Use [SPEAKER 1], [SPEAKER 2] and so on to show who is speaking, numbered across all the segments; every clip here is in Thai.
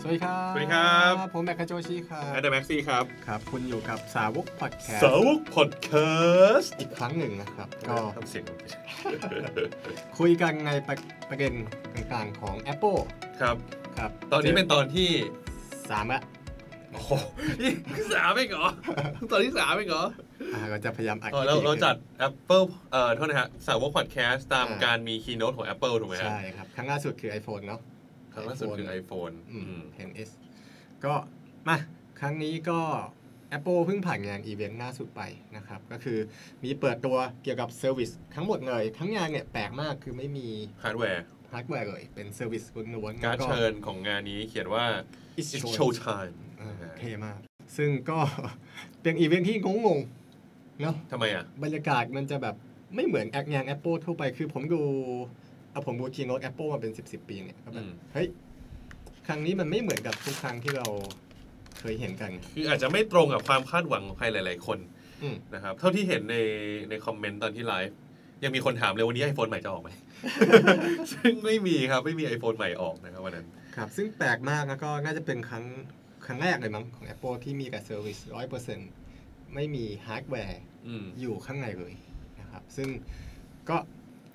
[SPEAKER 1] สวัสดีครับ
[SPEAKER 2] สวัสดีครับ
[SPEAKER 1] ผมแบกคาโจชิครับ
[SPEAKER 2] แอดแม็กซี่ครับ
[SPEAKER 1] ครับ คุณอยู่กับสาวกพอดแคส
[SPEAKER 2] สา
[SPEAKER 1] ต์
[SPEAKER 2] วกพอดแคสต์
[SPEAKER 1] อีกครั้งหนึ่งนะครับ ก็
[SPEAKER 2] ทำเสียง
[SPEAKER 1] คุยกันในประประเด็นต่างๆของ Apple
[SPEAKER 2] ครับ
[SPEAKER 1] ครับ
[SPEAKER 2] ตอนนี้เป็นตอนที่
[SPEAKER 1] สามละ
[SPEAKER 2] โอ้โหนี่สามเองเหรอตอนที่สามเองเหรอ
[SPEAKER 1] อ่าเราจะพยายามอัด
[SPEAKER 2] อ๋อเราเราจัด Apple เอ่อโทษนะฮะสาวกพอดแคสต์ตาม
[SPEAKER 1] อ่า
[SPEAKER 2] การมีคีโนตของ Apple ถูกไหมฮะ
[SPEAKER 1] ใช่ครับ ครั้งล่าสุดคือ iPhone เนาะ
[SPEAKER 2] ครั้งล่าสุดคือ
[SPEAKER 1] iPhone
[SPEAKER 2] iPhone
[SPEAKER 1] อื
[SPEAKER 2] อื
[SPEAKER 1] ม
[SPEAKER 2] ม
[SPEAKER 1] 10s ก็มาครั้งนี้ก็ Apple เพิ่งผ่านงานอีเวนต์ล่าสุดไปนะครับ ก็คือมีเปิดตัวเกี่ยวกับเซอร์วิสทั้งหมดเลย ทั้งงานเนี่ยแปลกมากคือไม่มี
[SPEAKER 2] ฮาร์ดแวร์
[SPEAKER 1] ฮาร์ดแวร์เลยเป็นเซอร์วิสล้วนๆ
[SPEAKER 2] การ
[SPEAKER 1] แล้ว
[SPEAKER 2] ดเชิญของงานนี้เขียนว่า
[SPEAKER 1] อิส
[SPEAKER 2] it's
[SPEAKER 1] โช
[SPEAKER 2] show time
[SPEAKER 1] เออเท่มาก ซึ่งก็ เป็นอีเวนท์ที่งงๆเนาะ
[SPEAKER 2] ทำไมอ่ะ
[SPEAKER 1] บรรยากาศมันจะแบบไม่เหมือนแอคงาน Apple ทั่วไปคือผมดูเอาผมดูคีโนต Apple มาเป็น 10 10 ปีเนี่ยก็แบ
[SPEAKER 2] อื
[SPEAKER 1] บ
[SPEAKER 2] ม
[SPEAKER 1] เฮ้ย ครั้งนี้มันไม่เหมือนกับทุกครั้งที่เราเคยเห็นกัน
[SPEAKER 2] คืออาจจะไม่ตรงกับความคาดหวังของใครหลาย ๆ คน
[SPEAKER 1] อืม
[SPEAKER 2] นะครับ เท่าที่เห็นในในคอมเมนต์ตอนที่ไลฟ์ยังมีคนถามเลยวันนี้ iPhone ใหม่จะออกไหม ซึ่งไม่มีครับ ไม่มี iPhone ใหม่ออกนะครับวันนั้น
[SPEAKER 1] ครับ ซึ่งแปลกมากแล้วก็น่าจะเป็นครั้งครั้งแรกเลยมั้งของ Apple ที่มีแต่เซอร์วิสร้อยเปอร์เซ็นต์ไม่มีฮาร์ดแวร์
[SPEAKER 2] อืม
[SPEAKER 1] อยู่ข้างในเลยนะครับ ซึ่งก็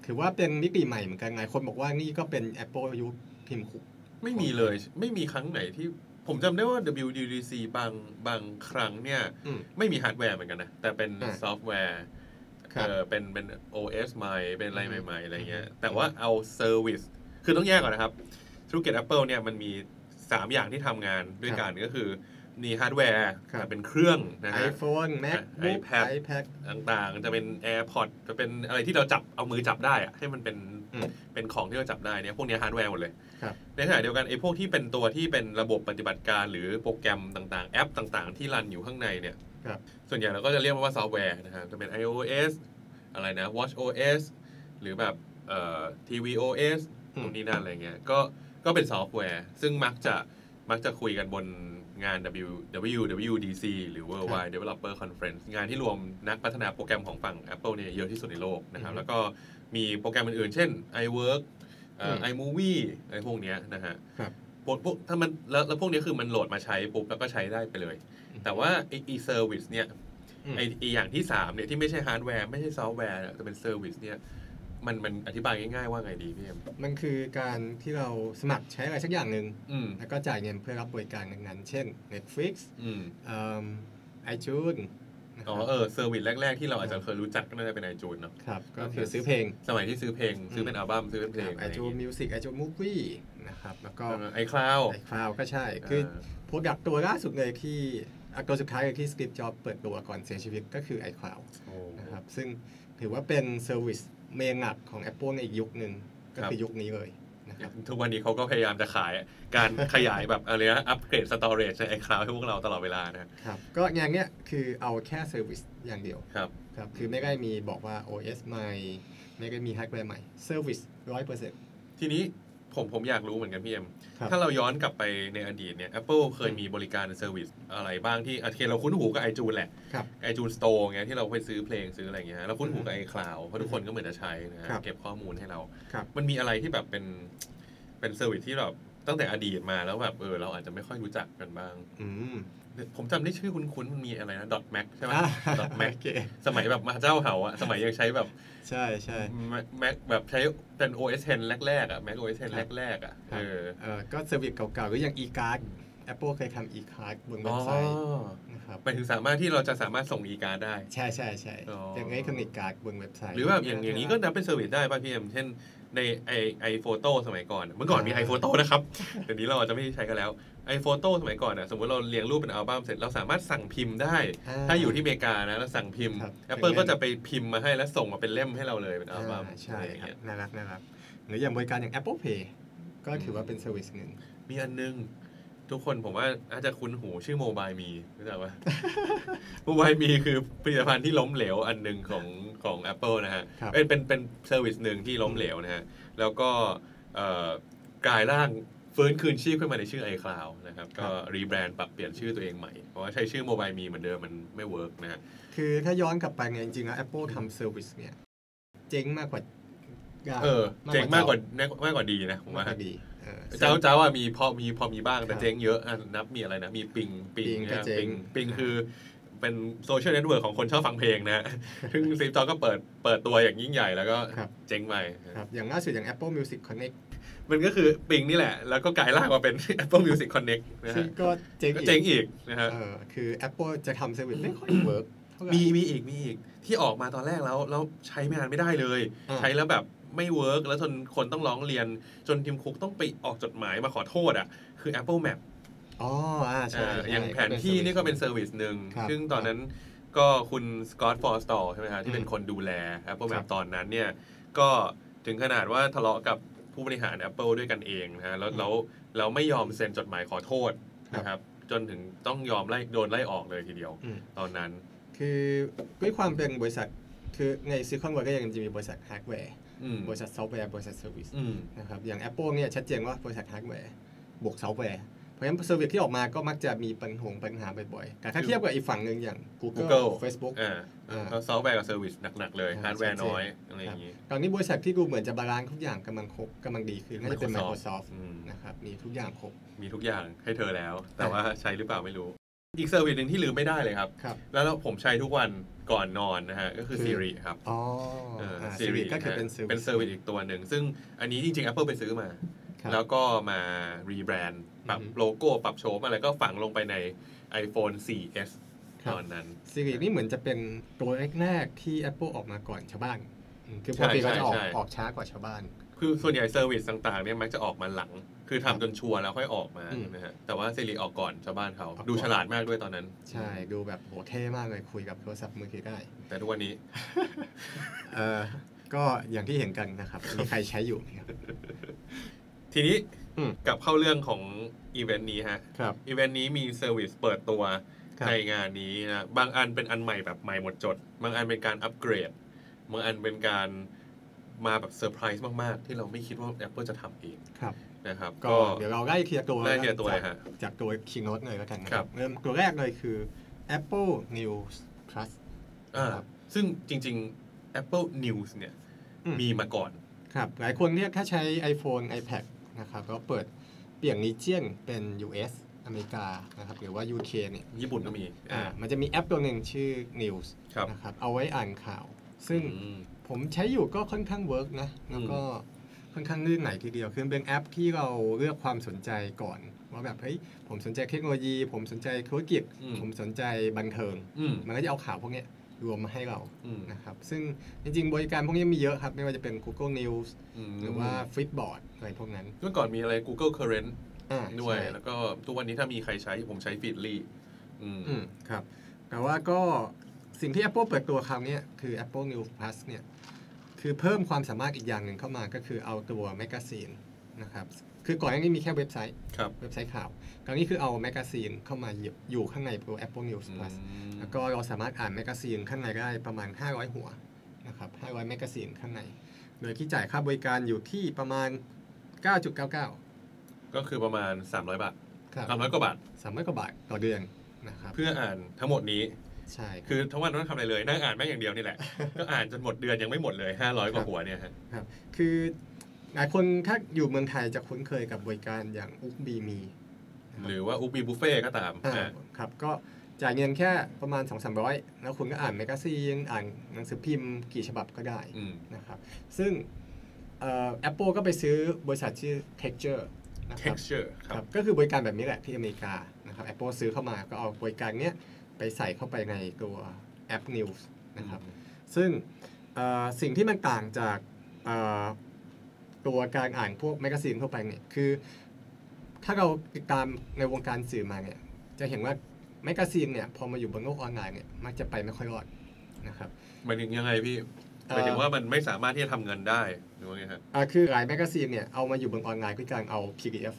[SPEAKER 1] ถือว่าเป็นมิติใหม่เหมือนกันไงคนบอกว่านี่ก็เป็น Apple ยุคพิมพ์คุก
[SPEAKER 2] ไม่มีเลย ไม่มีครั้งไหนที่ผมจำได้ว่า WWDC บางบางครั้งเนี่ย ไม่มีฮาร์ดแวร์เหมือนกันนะ แต่เป็น
[SPEAKER 1] อ่า
[SPEAKER 2] ซอฟต์แวร์
[SPEAKER 1] ครับ
[SPEAKER 2] เออเป็นเป็น OS ใหม่ เป็นอะไร
[SPEAKER 1] อือฮึ
[SPEAKER 2] ใหม่ ๆ อะไรเงี้ย
[SPEAKER 1] อือฮึ
[SPEAKER 2] แต่ว่าเอาเซอร์วิสคือต้องแยกก่อนนะครับ ธุรกิจ Apple เนี่ยมันมี 3 อย่างที่ทำงานด้วยกันก็คือมีฮาร์ดแวร์
[SPEAKER 1] ครับ
[SPEAKER 2] แต่เป็นเครื่องนะ
[SPEAKER 1] ไอ
[SPEAKER 2] ฮะ
[SPEAKER 1] โฟน MacBook
[SPEAKER 2] iPad
[SPEAKER 1] iPad
[SPEAKER 2] ต่างๆ จะเป็น AirPod จะเป็นอะไรที่เราจับเอามือจับได้อะให้มันเป็น
[SPEAKER 1] อืม
[SPEAKER 2] เป็นของที่เราจับได้เนี่ยพวกเนี้ยฮาร์ดแวร์หมดเลย
[SPEAKER 1] ครับ
[SPEAKER 2] ในขณะเดียวกันไอ้พวกที่เป็นตัวที่เป็นระบบปฏิบัติการหรือโปรแกรมต่างๆ แอปต่างๆ ที่รันอยู่ข้างในเนี่ย
[SPEAKER 1] ครับ
[SPEAKER 2] ส่วนใหญ่เราก็จะเรียกมันว่าซอฟต์แวร์นะฮะจะเป็น iOS อะไรนะ watchOS หรือแบบเอ่อ tvOS
[SPEAKER 1] อืม
[SPEAKER 2] ตรงนี้นั่นอะไรเงี้ย ก็ ก็เป็นซอฟต์แวร์ ซึ่งมักจะ มักจะคุยกันบนงาน W WWDC หรือ Worldwide Developer Conference งานที่รวมนักพัฒนาโปรแกรมของฝั่ง Apple เนี่ยเยอะที่สุดในโลกนะครับ
[SPEAKER 1] อืม
[SPEAKER 2] แล้วก็มีโปรแกรมอื่นๆ เช่น iWork เอ่ออ
[SPEAKER 1] ม
[SPEAKER 2] iMovie อะไรพวกเนี้ยนะฮะ
[SPEAKER 1] ครับ
[SPEAKER 2] พวกพวกถ้ามันแล้วแล้วพวกเนี้ยคือมันโหลดมาใช้ปุ๊บแล้วก็ใช้ได้ไปเลย
[SPEAKER 1] อืม
[SPEAKER 2] แต่ว่าไอ้ไอีเซอร์วิสเนี่ย
[SPEAKER 1] อืม
[SPEAKER 2] ไอไอ้อย่างที่สามเนี่ยที่ไม่ใช่ฮาร์ดแวร์ไม่ใช่ซอฟต์แวร์เนี่ยแต่เป็นเซอร์วิสเนี่ยมันมันอธิบายง่ายๆว่าไงดีพี่เอ็ม
[SPEAKER 1] มันคือการที่เราสมัครใช้อะไรสักอย่างหนึ่ง
[SPEAKER 2] อืม
[SPEAKER 1] แล้วก็จ่ายเงินเพื่อรับบริการนั้นๆเช่น Netflix
[SPEAKER 2] อืม
[SPEAKER 1] ไอจูน
[SPEAKER 2] อ๋อเออเซอร์วิสแรก ๆ ที่เราอาจจะเคยรู้จักก็น่าจะเป็นไอจูนเนาะ
[SPEAKER 1] ครับ ก็
[SPEAKER 2] ก็คื
[SPEAKER 1] คือ อซื้อเพลง
[SPEAKER 2] สมัยที่ซื้อเพลง
[SPEAKER 1] อืม
[SPEAKER 2] ซื้อเป็นอัลบั้มซื้อเป็นเพลง
[SPEAKER 1] ไอ
[SPEAKER 2] อะไร
[SPEAKER 1] จูมิวสิกไอจูมูฟวี่นะครับแล้วก็
[SPEAKER 2] ไอคลาว
[SPEAKER 1] ไอคลาวก็ใช่คือ โปรดักต์ตัวล่าสุดเลยที่อ่ะตัวสุดท้ายเลยที่สติปจ็อบเปิดตัวก่อนเสียชีวิตก็คือ iCloud นะครับซึ่งถือว่าเป็นเซอร์วิสเมนหลักของ Apple ในอีกยุคหนึ่งก็คือยุคนี้เลยนะครับ
[SPEAKER 2] ทุกวันนี้เขาก็พยายามจะขายการขยายแบบอะไรนะอัปเกรดสตอเรจในไอคลาวให้พวกเราตลอดเวลานะครับ
[SPEAKER 1] ก็อย่างเนี้ยคือเอาแค่เซอร์วิสอย่างเดียว
[SPEAKER 2] ครับ
[SPEAKER 1] ครับคือไม่ได้มีบอกว่า OS ใหม่ ไม่ได้มีฮาร์ดแวร์ใหม่เซอร์วิสร้อยเปอร์เซ็นต์
[SPEAKER 2] ทีนี้ผมผมอยากรู้เหมือนกันพี่เอ็ม
[SPEAKER 1] ครับ
[SPEAKER 2] ถ้าเราย้อนกลับไปในอดีตเนี่ย Apple เคย
[SPEAKER 1] อืม
[SPEAKER 2] มีบริการเซอร์วิสอะไรบ้างที่โอเคเราคุ้นหูกับ iTunes แหละ
[SPEAKER 1] ครับ
[SPEAKER 2] iTunes Store เงี้ยที่เราไปซื้อเพลงซื้ออะไรอย่างเงี้ยเราคุ้นหูกับ iCloud เพราะทุกคนก็เหมือนจะใช้นะฮะ
[SPEAKER 1] ครับ
[SPEAKER 2] เก็บข้อมูลให้เรา
[SPEAKER 1] ครับ
[SPEAKER 2] มันมีอะไรที่แบบเป็นเป็นเซอร์วิสที่แบบตั้งแต่อดีตมาแล้วแบบเออเราอาจจะไม่ค่อยรู้จักกันบ้าง
[SPEAKER 1] อืม
[SPEAKER 2] ผมจำได้ชื่อคุ้นๆมันมีอะไรนะ dot mac ใช่ ไหม
[SPEAKER 1] อ่ะ
[SPEAKER 2] dot mac
[SPEAKER 1] โอเค
[SPEAKER 2] สมัยแบบมาเจ้าเหาอะสมัยยังใช้แบบ
[SPEAKER 1] ใช่ใช่
[SPEAKER 2] แม็กแบบใช้เป็น OS 10 แรกๆอ่ะ Mac OS 10 แรกๆอ่ะเออ
[SPEAKER 1] เออก็เซอร์วิสเก่าๆหรืออย่าง e-card Apple เคยทำ e-card บนเว็
[SPEAKER 2] อ๋อบ
[SPEAKER 1] ไซต์นะครับ
[SPEAKER 2] หมายถึงสามารถที่เราจะสามารถส่งอีการดได้
[SPEAKER 1] ใช่ใช่ใช่
[SPEAKER 2] อ๋อ
[SPEAKER 1] อย่างนี้คอมมิกการ์ดบนเว็บไซต์
[SPEAKER 2] หรือแบบอย่างอย่างนี้ก็นับเป็นเซอร์วิสได้ป่ะพี่เอ็มเช่นในไอไอโฟโต้สมัยก่อน เมื่อก่อนมีไอโฟโต้นะครับ เดี๋ยวนี้เราอาจจะไม่ใช้กันแล้วไอโฟโต้สมัยก่อนอ่ะสมมติเราเรียงรูปเป็นอัลบั้มเสร็จเราสามารถสั่งพิมพ์ได้ ถ้าอยู่ที่อเมริกานะเราสั่งพิมพ์
[SPEAKER 1] ครับ
[SPEAKER 2] Apple ก็จะไปพิมพ์มาให้แล้วส่งมาเป็นเล่มให้เราเลยเป็นอั
[SPEAKER 1] อ่า
[SPEAKER 2] ลบั้ม
[SPEAKER 1] ใช่
[SPEAKER 2] อะไรอย่าง
[SPEAKER 1] ครับ
[SPEAKER 2] เงี้ย
[SPEAKER 1] น่ารักน่ารักหรืออย่างบริการอย่าง Apple Pay ก็ถือว่าเป็นเซอร์วิสหนึ่ง
[SPEAKER 2] มีอันนึง ทุกคนผมว่าอาจจะคุ้นหูชื่อโมบายมีรู้จักปะ โมบายมีคือผลิตภัณฑ์ที่ล้มเหลวอันหนึ่งของของ Apple นะฮะ
[SPEAKER 1] ครับ
[SPEAKER 2] เป็นเป็นเป็นเซอร์วิสหนึ่งที่ล้มเหลวนะฮะ แล้วก็เอ่อกลายร่างฟื้นคืนชีพขึ้นมาในชื่อ iCloud นะครับ
[SPEAKER 1] ครับ
[SPEAKER 2] ก็รีแบรนด์ปรับเปลี่ยนชื่อตัวเองใหม่ เพราะว่าใช้ชื่อโมบายมีเหมือนเดิมมันไม่เวิร์กนะฮะ
[SPEAKER 1] คือถ้าย้อนกลับไปเนี่ยจริงๆแล้ว Apple ทำเซอร์วิสเนี่ยเจ๊งมากกว่า
[SPEAKER 2] เออ เจ๋งมากกว่ามากกว่าดีนะผม
[SPEAKER 1] มาก
[SPEAKER 2] ว่าก
[SPEAKER 1] ว่าดี เออ
[SPEAKER 2] เจ้าเจ้าว่ามีพอมีพอมีบ้างแต่
[SPEAKER 1] ครับ
[SPEAKER 2] เจ๊งเยอะอ่ะนับมีอะไรนะ มีปิงปิง
[SPEAKER 1] ปิงก็
[SPEAKER 2] นะ
[SPEAKER 1] เจ๊ง
[SPEAKER 2] ปิงปิง
[SPEAKER 1] ครับ
[SPEAKER 2] คือเป็นโซเชียลเน็ตเวิร์กของคนชอบฟังเพลงนะ ซึ่งซีฟจอก็เปิดเปิดตัวอย่างยิ่งใหญ่แล้วก็
[SPEAKER 1] ครับ
[SPEAKER 2] เจ๊งไป
[SPEAKER 1] ครับอย่างล่าสุดอย่าง Apple Music Connect
[SPEAKER 2] มันก็คือปิงนี่แหละ แล้วก็กลายร่างมาเป็น Apple Music Connect นะ
[SPEAKER 1] ซึ่ง
[SPEAKER 2] ฮะ
[SPEAKER 1] ก็เจ๊ง
[SPEAKER 2] ก็
[SPEAKER 1] อี
[SPEAKER 2] เจ๊ง
[SPEAKER 1] ก
[SPEAKER 2] อีกนะฮะ
[SPEAKER 1] เออคือ Apple จะทำเซอร์วิสไม่ ค่อยเวิร์กเท่าไหร่
[SPEAKER 2] มีมีอีกมีอีกที่ออกมาตอนแรกแล้วแล้วใช้ไม่นานไม่ได้เลย
[SPEAKER 1] อ่า
[SPEAKER 2] ใช้แล้วแบบไม่เวิร์กแล้วจนคนต้องร้องเรียนจนทีมคุกต้องไปออกจดหมายมาขอโทษอ่ะคือ Apple Map
[SPEAKER 1] อ๋ออ่าใช่
[SPEAKER 2] อ่า
[SPEAKER 1] ใช่
[SPEAKER 2] อย่างแผนที่นี่ก็เป็นเซ
[SPEAKER 1] ซอ
[SPEAKER 2] อ
[SPEAKER 1] ร์วิส
[SPEAKER 2] ร์วิสหนึ่ง
[SPEAKER 1] ครับ
[SPEAKER 2] ซึ่งตอนนั้นก็คุณสกอตฟอร์สตอลใช่ไหมฮะที่เป็น
[SPEAKER 1] อืม
[SPEAKER 2] คนดูแล Apple
[SPEAKER 1] ครั
[SPEAKER 2] Map
[SPEAKER 1] บ
[SPEAKER 2] ตอนนั้นเนี่ย ก็ถึงขนาดว่าทะเลาะกับผู้บริหาร Apple ด้วยกันเองนะฮะแล้วแล้วแล้วไม่ยอมเซ็นจดหมายขอโทษนะครับ จนถึงต้องยอมไล่โดนไล่ออกเลยทีเดียว
[SPEAKER 1] อืม
[SPEAKER 2] ตอนนั้น
[SPEAKER 1] คือด้วยความเป็นบริษัท คือในซิคอนเวิร์ก็ยังจะมีบริษัทฮาร์ดแวร์
[SPEAKER 2] อืม
[SPEAKER 1] บริษัทซอฟต์แวร์บริษัทเซอร์วิส
[SPEAKER 2] อืม
[SPEAKER 1] นะครับอย่าง Apple เนี่ยชัดเจนว่าบริษัทฮาร์ดแวร์บวกซอฟต์แวร์ เพราะฉะนั้นเซอร์วิสที่ออกมาก็มักจะมีปัญหงปัญหาบ่อยๆแต่ถ้า
[SPEAKER 2] คือ
[SPEAKER 1] เทียบกับอีกฝั่งหนึ่งอย่าง Google,
[SPEAKER 2] Google
[SPEAKER 1] Facebook
[SPEAKER 2] อ่า
[SPEAKER 1] อ่า
[SPEAKER 2] แล้วซอฟต์แวร์กับเซอร์วิสหนัก ๆ เลย
[SPEAKER 1] อ่า
[SPEAKER 2] ฮาร์ดแว
[SPEAKER 1] ชั
[SPEAKER 2] ร์
[SPEAKER 1] ดเจน
[SPEAKER 2] น้อยอะไรอย่างงี้
[SPEAKER 1] ตอนนี้บริษัทที่ดูเหมือนจะบาลานซ์ทุกอย่างกำลังครบกำลังดีคือน่าจะเป็น Microsoft
[SPEAKER 2] อืม
[SPEAKER 1] นะครับมีทุกอย่างครบ
[SPEAKER 2] มีทุกอย่างให้เธอแล้ว แต่ว่าใช้หรือเปล่าไม่รู้ อีกเซอร์วิสหนึ่งที่ลืมไม่ได้เลยครับ
[SPEAKER 1] ครับ
[SPEAKER 2] แล้วผมใช้ทุกวันก่อนนอนนะฮะ ก็คือ
[SPEAKER 1] คือ
[SPEAKER 2] Siri ครับ
[SPEAKER 1] อ๋อ
[SPEAKER 2] เอออ
[SPEAKER 1] อ่า
[SPEAKER 2] Siri
[SPEAKER 1] Siri ก็คือเป็น
[SPEAKER 2] ะฮะ
[SPEAKER 1] Service
[SPEAKER 2] เป็นเซอร์วิสอีกตัวหนึ่ง ซึ่งอันนี้จริง ๆ Apple ไปซื้อมา
[SPEAKER 1] ครับ
[SPEAKER 2] แล้วก็มารีแบรนด์ปรับ
[SPEAKER 1] อือฮึ
[SPEAKER 2] โลโก้ปรับโฉมอะไรก็ฝังลงไปใน iPhone 4S
[SPEAKER 1] ครั
[SPEAKER 2] ต
[SPEAKER 1] บ
[SPEAKER 2] อนนั้น
[SPEAKER 1] Siri นี่เหมือนจะเป็นตัวแรกๆที่ Apple ออกมาก่อนชาวบ้านอืมคือปกติ
[SPEAKER 2] ใช่
[SPEAKER 1] ก็จะออก
[SPEAKER 2] ใช่ใช่
[SPEAKER 1] ออกช้ากว่าชาวบ้าน
[SPEAKER 2] คือส่วนใหญ่เซอร์วิสต่างๆเนี่ยมักจะออกมาหลัง คือ
[SPEAKER 1] ครั
[SPEAKER 2] ทำ
[SPEAKER 1] บ
[SPEAKER 2] จนชัวร์แล้วค่อยออกมา
[SPEAKER 1] อืม
[SPEAKER 2] นะฮะแต่ว่า Siri ออกก่อนชาวบ้านเขา
[SPEAKER 1] ออกก่อน
[SPEAKER 2] ดูฉลาดมากด้วยตอนนั้น
[SPEAKER 1] ใช่ดูแบบโหเท่มากเลยคุยกับโทรศัพท์มือถือได้
[SPEAKER 2] แต่ทุกวันนี้
[SPEAKER 1] เออก็อย่างที่เห็นกันนะครับ มีใครใช้อยู่ไหมครับ
[SPEAKER 2] ทีนี้
[SPEAKER 1] อืม
[SPEAKER 2] กลับเข้าเรื่องของอีเวนต์นี้ฮะ
[SPEAKER 1] ครับ
[SPEAKER 2] อีเวนต์นี้มีเซอร์วิสเปิดตัว
[SPEAKER 1] ครับ
[SPEAKER 2] ในงานนี้นะ บางอันเป็นอันใหม่แบบใหม่หมดจด บางอันเป็นการอัปเกรด บางอันเป็นการมาแบบเซอร์ไพรส์มาก ๆ ที่เราไม่คิดว่า Apple จะทำเอง
[SPEAKER 1] ครับ
[SPEAKER 2] นะครับ
[SPEAKER 1] ก็
[SPEAKER 2] ก็
[SPEAKER 1] เดี๋ยวเราไล่เทียร์ตัว
[SPEAKER 2] ได้เทียร์ตัวเลย
[SPEAKER 1] จาก
[SPEAKER 2] ฮะ
[SPEAKER 1] จากตัว Keynote เลยแล้วกันนะครับ เริ่มตัวแรกเลยคือ Apple News Plus
[SPEAKER 2] อ่า
[SPEAKER 1] ครับ
[SPEAKER 2] ซึ่งจริง ๆ Apple News เนี่ย
[SPEAKER 1] อืม
[SPEAKER 2] มีมาก่อน
[SPEAKER 1] ครับ หลายคนเนี่ยถ้าใช้ iPhone iPad นะครับก็เปิดเปลี่ยงนีเจียนเป็น US อเมริกานะครับหรือว่า UK เนี่ย
[SPEAKER 2] ญี่ปุ่นก็มี
[SPEAKER 1] อ่ามันจะมีแอปตัวหนึ่งชื่อ News
[SPEAKER 2] ครับ
[SPEAKER 1] นะครับเอาไว้อ่านข่าว ซึ่ง
[SPEAKER 2] อืม
[SPEAKER 1] ผมใช้อยู่ก็ค่อนข้างเวิร์กนะ แล้วก็ค่อนข้างลื่นไหลทีเดียว คือเป็นแอปที่เราเลือกความสนใจก่อน ว่าแบบเฮ้ยผมสนใจเทคโนโลยี ผมสนใจธุรกิจ
[SPEAKER 2] อืม
[SPEAKER 1] ผมสนใจบันเทิง
[SPEAKER 2] อืม
[SPEAKER 1] มันก็จะเอาข่าวพวกเนี้ยรวมมาให้เรา
[SPEAKER 2] อืม
[SPEAKER 1] นะครับ ซึ่งจริงๆ บริการพวกนี้มีเยอะครับ ไม่ว่าจะเป็น Google News
[SPEAKER 2] ม
[SPEAKER 1] หรือว่า f i t b o a r d อะไรพวกนั้น
[SPEAKER 2] เมื่อก่อนมีอะไร Google Current
[SPEAKER 1] อ่า
[SPEAKER 2] ด้วย
[SPEAKER 1] ใช่
[SPEAKER 2] แล้วก็ทุกวันนี้ถ้ามีใครใช้ผมใช้ฟีดลี่อืม
[SPEAKER 1] อืมครับ แต่ว่าก็สิ่งที่ Apple เปิดตัวคราวเนี้ยคือ Apple News Plus เนี่ยคือเพิ่มความสามารถอีกอย่างหนึ่งเข้ามาก็คือเอาตัวแมกกาซีนนะครับคือก่อนหน้านี้มีแค่เว็บไซต์
[SPEAKER 2] ครับ
[SPEAKER 1] เว็บไซต์ข่าวคราวนี้คือเอาแมกกาซีนเข้ามาอยู่อยู่ข้างในตัว Apple News Plus แล้วก็เราสามารถอ่านแมกกาซีนข้างในได้ประมาณ 500 หัวนะครับ 500 แมกกาซีนข้างใน โดยที่จ่ายค่าบริการอยู่ที่ประมาณ 9.99
[SPEAKER 2] ก็คือประมาณ 300 บาท
[SPEAKER 1] ครับ
[SPEAKER 2] 300กว่าบาท
[SPEAKER 1] สามร้อยกว่าบาทต่อเดือนนะครับ
[SPEAKER 2] เพื่ออ่านทั้งหมดนี้
[SPEAKER 1] ใช่ครับ
[SPEAKER 2] คือทั้งวันไม่ต้องทำอะไรเลย นั่งอ่านแม่งอย่างเดียวนี่แหละ ก็อ่านจนหมดเดือนยังไม่หมดเลย 500 กว่าหัวเนี่ยฮะ
[SPEAKER 1] คือหลายคนถ้าอยู่เมืองไทยจะคุ้นเคยกับบริการอย่างอุกบีมี
[SPEAKER 2] หรือว่าอุบีบุฟเฟ่ก็ตามอ่ะ
[SPEAKER 1] ครับ ก็จ่ายเงินแค่ประมาณ 2-300 แล้วคุณก็อ่านแมกกาซีน อ่านหนังสือพิมพ์กี่ฉบับก็ได้
[SPEAKER 2] อืม
[SPEAKER 1] นะครับซึ่งเอ่อ Apple ก็ไปซื้อบริษัทชื่อ Texture นะค
[SPEAKER 2] เท็
[SPEAKER 1] รั
[SPEAKER 2] ก
[SPEAKER 1] บ
[SPEAKER 2] ซ์เจอร์ค
[SPEAKER 1] ค
[SPEAKER 2] รั
[SPEAKER 1] รั
[SPEAKER 2] บบ
[SPEAKER 1] ก็คือบริการแบบนี้แหละที่อเมริกานะครับ Apple ซื้อเข้ามาก็เอาบริการเนี้ยไปใส่เข้าไปในตัวแอป News นะครับซึ่งเอ่อสิ่งที่มันต่างจากเอ่อตัวการอ่านพวกแมกกาซีนทั่วไปเนี่ยคือ ถ้าเราติดตามในวงการสื่อมาเนี่ยจะเห็นว่าแมกกาซีนเนี่ยพอมาอยู่บนโลกออนไลน์เนี่ยมักจะไปไม่ค่อยรอดนะครับ
[SPEAKER 2] หมายถึงยังไงพี่หมายถึงว่ามันไม่สามารถที่จะทำเงินได้หรือว่าไงฮะ
[SPEAKER 1] อ่าคือหลายแมกกาซีนเนี่ยเอามาอยู่บนออนไลน์ด้วยการเอา PDF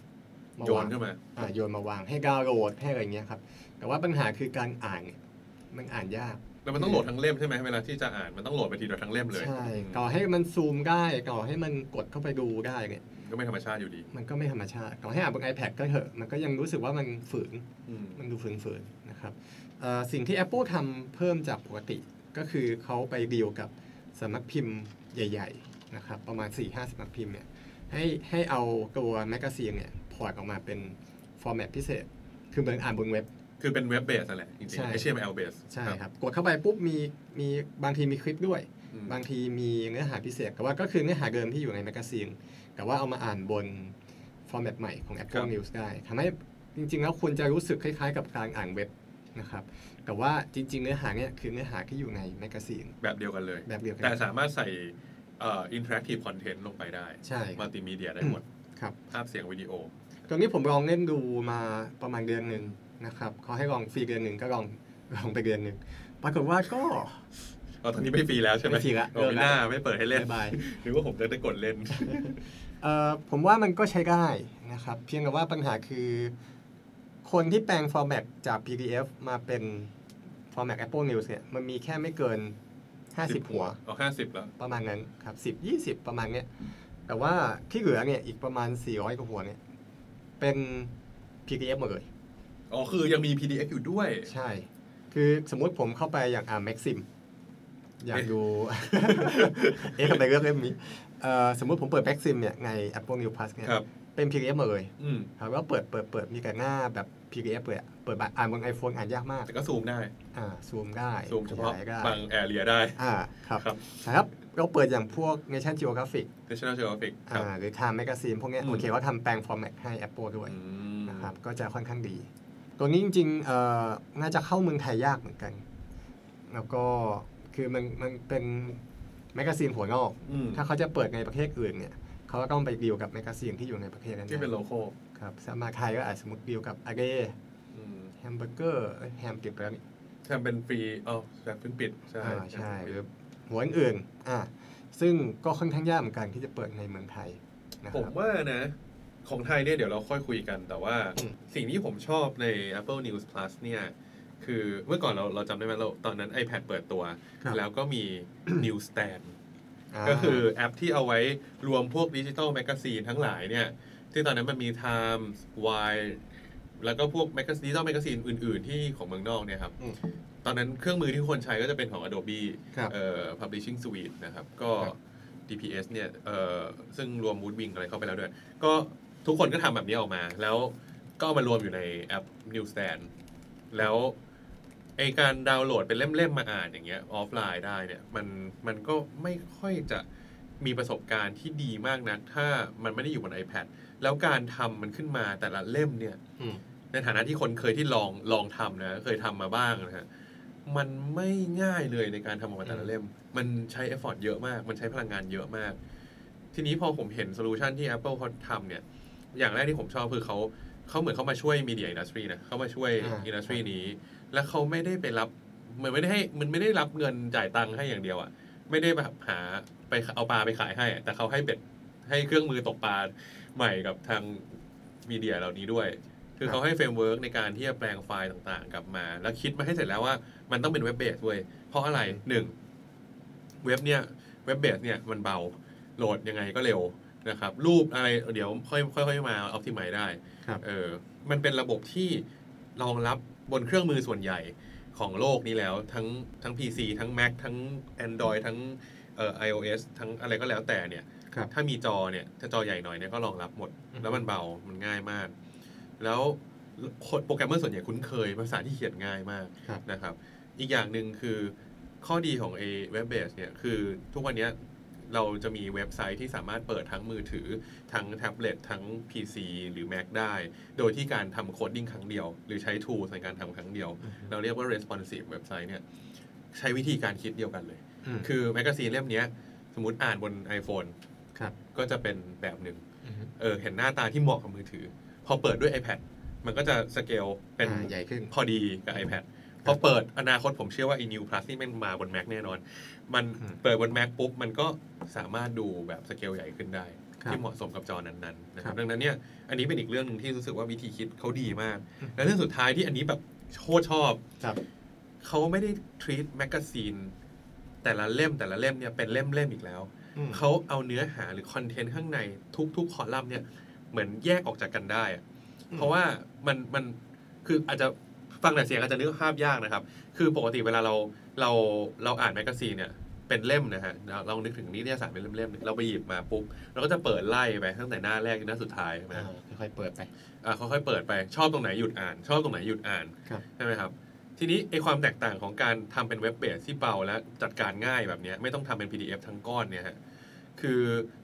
[SPEAKER 2] โยว
[SPEAKER 1] มาาน ง
[SPEAKER 2] ขึ้นมา
[SPEAKER 1] อ่าโยนมาวางให้ดาวน์โหลดให้อะไรเงี้ยครับ แต่ว่าปัญหาคือการอ่านเนี่ยมันอ่านยาก
[SPEAKER 2] แล้วมันต้องโหลดทั้งเล่มใช่ไหมเวลาที่จะอ่านมันต้องโหลดไปทีเดียวทั้งเล่มเลย
[SPEAKER 1] ใช่
[SPEAKER 2] อืม
[SPEAKER 1] ต่อให้มันซูมได้ต่อให้มันกดเข้าไปดูได้เนี่ย
[SPEAKER 2] ก็ไม่ธรรมชาติอยู่ดี
[SPEAKER 1] มันก็ไม่ธรรมชาติต่อให้อ่านบน iPad ก็เถอะมันก็ยังรู้สึกว่ามันฝืน
[SPEAKER 2] อืม
[SPEAKER 1] มันดูฝืนๆนะครับเอ่อสิ่งที่ Apple ทำเพิ่มจากปกติก็คือเขาไปดีลกับสำนักพิมพ์ใหญ่ ๆ นะครับ ประมาณ 4-5หสำนักพิมพ์เนี่ย ใ ให้ให้เอาตัวแมกกาซีนเนี่ยพอร์ตออกมาเป็นฟอร์แมตพิเศษ คือเหมือนอ่านบนเว็บ
[SPEAKER 2] คือเป็นเว็บเบสนั่นแหละจริง
[SPEAKER 1] ใช่
[SPEAKER 2] ๆ HTML base
[SPEAKER 1] ใช่ครับ กดเข้าไปปุ๊บมีมีบางทีมีคลิปด้วย
[SPEAKER 2] อืม
[SPEAKER 1] บางทีมีเนื้อหาพิเศษ แต่ว่าก็คือเนื้อหาเดิมที่อยู่ในแมกกาซีน แต่ว่าเอามาอ่านบนฟอร์แมตใหม่ของ
[SPEAKER 2] ครั
[SPEAKER 1] Apple
[SPEAKER 2] บ
[SPEAKER 1] News ได้ทำให้จริง ๆ แล้วคุณจะรู้สึกคล้ายๆ กับการอ่านเว็บนะครับ แต่ว่าจริง ๆ เนื้อหาเนี่ยคือเนื้อหาที่อยู่ในแมกกาซีน
[SPEAKER 2] แบบเดียวกันเลย
[SPEAKER 1] แบบเดียวกั
[SPEAKER 2] แต่สามารถใส่เอ่อ interactive content ลงไปได้
[SPEAKER 1] ใช่
[SPEAKER 2] มัลติมีเดียได้หมด
[SPEAKER 1] ครับ
[SPEAKER 2] ภาพเสียงวิดีโอ
[SPEAKER 1] ตรงนี้ผมลองเล่นดูมาประมาณเดือนหนึ่งนะครับเขาให้ลองฟรีเดือนหนึ่งก็ลอง ลองไปเดือนหนึ่งปรากฏว่าก็
[SPEAKER 2] เราตอนนี้ไม่ฟรีแล้วใช่ไหม
[SPEAKER 1] ไม่ฟรีละ
[SPEAKER 2] โอ้ไม่น่าไม่เปิดให้เล่น
[SPEAKER 1] บ๊ายบาย
[SPEAKER 2] หรือว่าผมจะได้กดเล่น
[SPEAKER 1] เอ่อผมว่ามันก็ใช้ได้นะครับ เพียงแต่ว่าปัญหาคือ คนที่แปลงฟอร์แมตจาก PDF มาเป็นฟอร์แมต Apple News เนี่ยมันมีแค่ไม่เกิน 50 หัว
[SPEAKER 2] เอาห้าสิบแล้ว
[SPEAKER 1] ประมาณนั้นครับสิบยี่สิบประมาณเนี้ยแต่ว่าที่เหลือเนี่ยอีกประมาณ 400 กว่าหัวเนี่ยเป็น PDF หมดเลย
[SPEAKER 2] อ๋อ คือยังมี PDF อยู่ด้วย
[SPEAKER 1] ใช่ คือสมมุติผมเข้าไปอย่างอ่าแม็กซิม อยากดู เอ๊ะทำไมเลือกเล่มนี้เอ่อสมมุติผมเปิดแม็กซิมเนี่ยใน Apple News Plus เนี่ย
[SPEAKER 2] ครับ
[SPEAKER 1] เป็น PDF หมดเลย
[SPEAKER 2] อืม
[SPEAKER 1] ครับแล้วเปิดเปิดเปิดมีแต่หน้าแบบ PDF เลยอะเปิดบัตรอ่านบน iPhone อ่านยากมาก
[SPEAKER 2] แต่ก็ซูมได้
[SPEAKER 1] อ่า ซูมได้
[SPEAKER 2] ซูมเฉพาะ
[SPEAKER 1] ขยยได้
[SPEAKER 2] บางแอเรียได้
[SPEAKER 1] อ่า ครับ
[SPEAKER 2] ครับ
[SPEAKER 1] ครับเราเปิดอย่างพวก Nation Geographic
[SPEAKER 2] National Geographic ครับ
[SPEAKER 1] อ่าหรือ Time Magazine พวกเนี้ย
[SPEAKER 2] อืม
[SPEAKER 1] โอเคเขาทำแปลงฟอร์แมตให้ Apple ด้วย
[SPEAKER 2] อืม
[SPEAKER 1] นะครับก็จะค่อนข้างดี ตัวนี้จริงๆเอ่อน่าจะเข้าเมืองไทยยากเหมือนกัน แล้วก็คือมันมันเป็นแมกกาซีนหัวงอก
[SPEAKER 2] อืม
[SPEAKER 1] ถ้าเขาจะเปิดในประเทศอื่นเนี่ยเขาก็ต้องไปดีลกับแมกกาซีนที่อยู่ในประเทศนั้นๆ
[SPEAKER 2] ที่เป็นโลโก้
[SPEAKER 1] ครับสมาไทยก็อาจสมมติดีลกับอาเกแฮมเบอร์เกอร์แฮมติดไปแล้วนี่
[SPEAKER 2] ทำเป็นฟรีอ๋อแบบเพิ่งปิด ใช่
[SPEAKER 1] อ่าใช่หรือหัวอื่นๆอ่าซึ่งก็ค่อนข้างยากเหมือนกันที่จะเปิดในเมืองไทยนะค
[SPEAKER 2] ผม
[SPEAKER 1] รับ
[SPEAKER 2] ว่านะ ของไทยเนี่ยเดี๋ยวเราค่อยคุยกัน แต่ว่า
[SPEAKER 1] อืม
[SPEAKER 2] สิ่งที่ผมชอบใน Apple News Plus เนี่ย คือเมื่อก่อนเราเราจำได้ไหมเราตอนนั้น iPad เปิดตัว
[SPEAKER 1] ครับ
[SPEAKER 2] แล้วก็มี News Stand
[SPEAKER 1] า
[SPEAKER 2] ก็คือแอปที่เอาไว้รวมพวกดิจิตอลแมกกาซีนทั้งหลายเนี่ย ที่ตอนนั้นมันมี Times Wire แล้วก็พวกแมกกาซีนดิจิตอลแมกกาซีนอื่น ๆ ที่ของเมืองนอกเนี่ยครับ
[SPEAKER 1] อืม
[SPEAKER 2] ตอนนั้นเครื่องมือที่คนใช้ก็จะเป็นของ Adobe
[SPEAKER 1] ครับ
[SPEAKER 2] เอ่อ Publishing Suite นะครับ ก็
[SPEAKER 1] ครับ
[SPEAKER 2] DPS เนี่ยเอ่อซึ่งรวม Woodwing อะไรเข้าไปแล้วด้วย ก็ทุกคนก็ทำแบบนี้ออกมา แล้วก็เอามารวมอยู่ในแอป Newsstand แล้วไอการดาวน์โหลดเป็นเล่ม ๆ มาอ่านอย่างเงี้ยออฟไลน์ได้เนี่ยมันมันก็ไม่ค่อยจะมีประสบการณ์ที่ดีมากนัก ถ้ามันไม่ได้อยู่บน iPad แล้วการทำมันขึ้นมาแต่ละเล่มเนี่ย
[SPEAKER 1] อืม
[SPEAKER 2] ในฐานะที่คนเคยที่ลองลองทำนะ เคยทำมาบ้างนะฮะมันไม่ง่ายเลยในการทำออกมาแต่ละเล่ม มันใช้เอฟฟอร์ตเยอะมาก มันใช้พลังงานเยอะมาก ทีนี้พอผมเห็นโซลูชันที่ Apple เขาทำเนี่ย อย่างแรกที่ผมชอบคือเขาเขาเหมือนเขามาช่วยมีเดียอินดัสทรีนะเขามาช่วย
[SPEAKER 1] อ่า
[SPEAKER 2] อินดัสทรีนี้ และเขาไม่ได้ไปรับมันไม่ได้ให้มันไม่ได้รับเงินจ่ายตังค์ให้อย่างเดียวอะ่ะไม่ได้แบบหาไปเอาปลาไปขายให้อะแต่เขาให้เบ็ดให้เครื่องมือตกปลาใหม่กับทางมีเดียเหล่านี้ด้วย คือเขาให้เฟรมเวิร์กในการที่จะแปลงไฟล์ต่างๆ กลับมา แล้วคิดมาให้เสร็จแล้วว่ามันต้องเป็นเว็บเบสเว้ยเพราะอะไรหนึ่งเว็บเนี่ยเว็บเบสเนี่ยมันเบาโหลดยังไงก็เร็วนะครับ รูปอะไรเดี๋ยวค่อยค่อยๆมาออ t ติ i ม e ได้
[SPEAKER 1] ครับ
[SPEAKER 2] เออมันเป็นระบบที่รองรับบนเครื่องมือส่วนใหญ่ของโลกนี้แล้ว ทั้งทั้ง PC ทั้ง Mac ทั้ง Android ทั้งเอ่อ iOS ทั้งอะไรก็แล้วแต่เนี่ย
[SPEAKER 1] ครับ
[SPEAKER 2] ถ้ามีจอเนี่ย ถ้าจอใหญ่หน่อยเนี่ยก็รองรับหมด
[SPEAKER 1] อืม
[SPEAKER 2] แล้วมันเบา มันง่ายมาก แล้วคนโปรแกรมเมอร์ส่วนใหญ่คุ้นเคย ภาษาที่เขียนง่ายมาก
[SPEAKER 1] ครับ
[SPEAKER 2] นะครับ อีกอย่างหนึ่งคือข้อดีของ a w e b b a s e เนี่ย คือทุกวันเนี้ยเราจะมีเว็บไซต์ที่สามารถเปิดทั้งมือถือ ทั้งแท็บเล็ต ทั้ง PC หรือ Mac ได้ โดยที่การทำโคดดิ้งครั้งเดียว หรือใช้ tools ในการทำครั้งเดียว เราเรียกว่า responsive เว็บไซต์เนี่ย ใช้วิธีการคิดเดียวกันเลย
[SPEAKER 1] ม
[SPEAKER 2] คือแมกกาซีนเล่มเนี้ยสมมติอ่านบน iPhone
[SPEAKER 1] ครับ
[SPEAKER 2] ก็จะเป็นแบบหนึ่ง
[SPEAKER 1] อืม
[SPEAKER 2] เออเห็นหน้าตาที่เหมาะกับมือถือ พอเปิดด้วย iPad มันก็จะสเกลเป็น
[SPEAKER 1] อ่าใหญ่ขึ้น
[SPEAKER 2] พอดีกับ iPad พอเปิดอนาคตผมเชื่อว่า i New Plus นี่แม่งมาบน Mac แน่นอน มัน
[SPEAKER 1] อืม
[SPEAKER 2] เปิดบน Mac ปุ๊บ มันก็สามารถดูแบบสเกลใหญ่ขึ้นได้
[SPEAKER 1] ครับ
[SPEAKER 2] ที่เหมาะสมกับจอนั้นๆนะค
[SPEAKER 1] ครั
[SPEAKER 2] รับบ ดังนั้นเนี่ยอันนี้เป็นอีกเรื่องหนึ่งที่รู้สึกว่าวิธีคิดเขาดีมาก และเรื่องสุดท้ายที่อันนี้แบบโคตรชอบ
[SPEAKER 1] ครับ
[SPEAKER 2] เขาไม่ได้ treat แมกกาซีนแต่ละเล่มแต่ละเล่มเนี่ยเป็นเล่มๆอีกแล้ว เขาเอาเนื้อหาหรือคอนเทนต์ข้างในทุกๆคอลัมน์เนี่ยเหมือนแยกออกจากกันได้อะ
[SPEAKER 1] อืม
[SPEAKER 2] เพราะว่ามันมันคืออาจจะฟังแต่เสียงอาจจะนึกภาพยากนะครับ คือปกติเวลาเราเราเราอ่านแมกกาซีนเนี่ย เป็นเล่มนะฮะเราเรานึกถึงนิตยสารเป็นเล่มๆเราไปหยิบมาปุ๊บเราก็จะเปิดไล่ไปตั้งแต่หน้าแรกจนหน้าสุดท้ายใช่ไหม
[SPEAKER 1] อ่าค่อยๆเปิดไป
[SPEAKER 2] อ่าค่อยๆเปิดไปชอบตรงไหนหยุดอ่าน ชอบตรงไหนหยุดอ่าน
[SPEAKER 1] ครับ
[SPEAKER 2] ใช่ไหมครับ ทีนี้ไอความแตกต่างของการทำเป็นเว็บเบสที่เบาและจัดการง่ายแบบเนี้ยไม่ต้องทำเป็น PDF ทั้งก้อนเนี่ยฮะคือ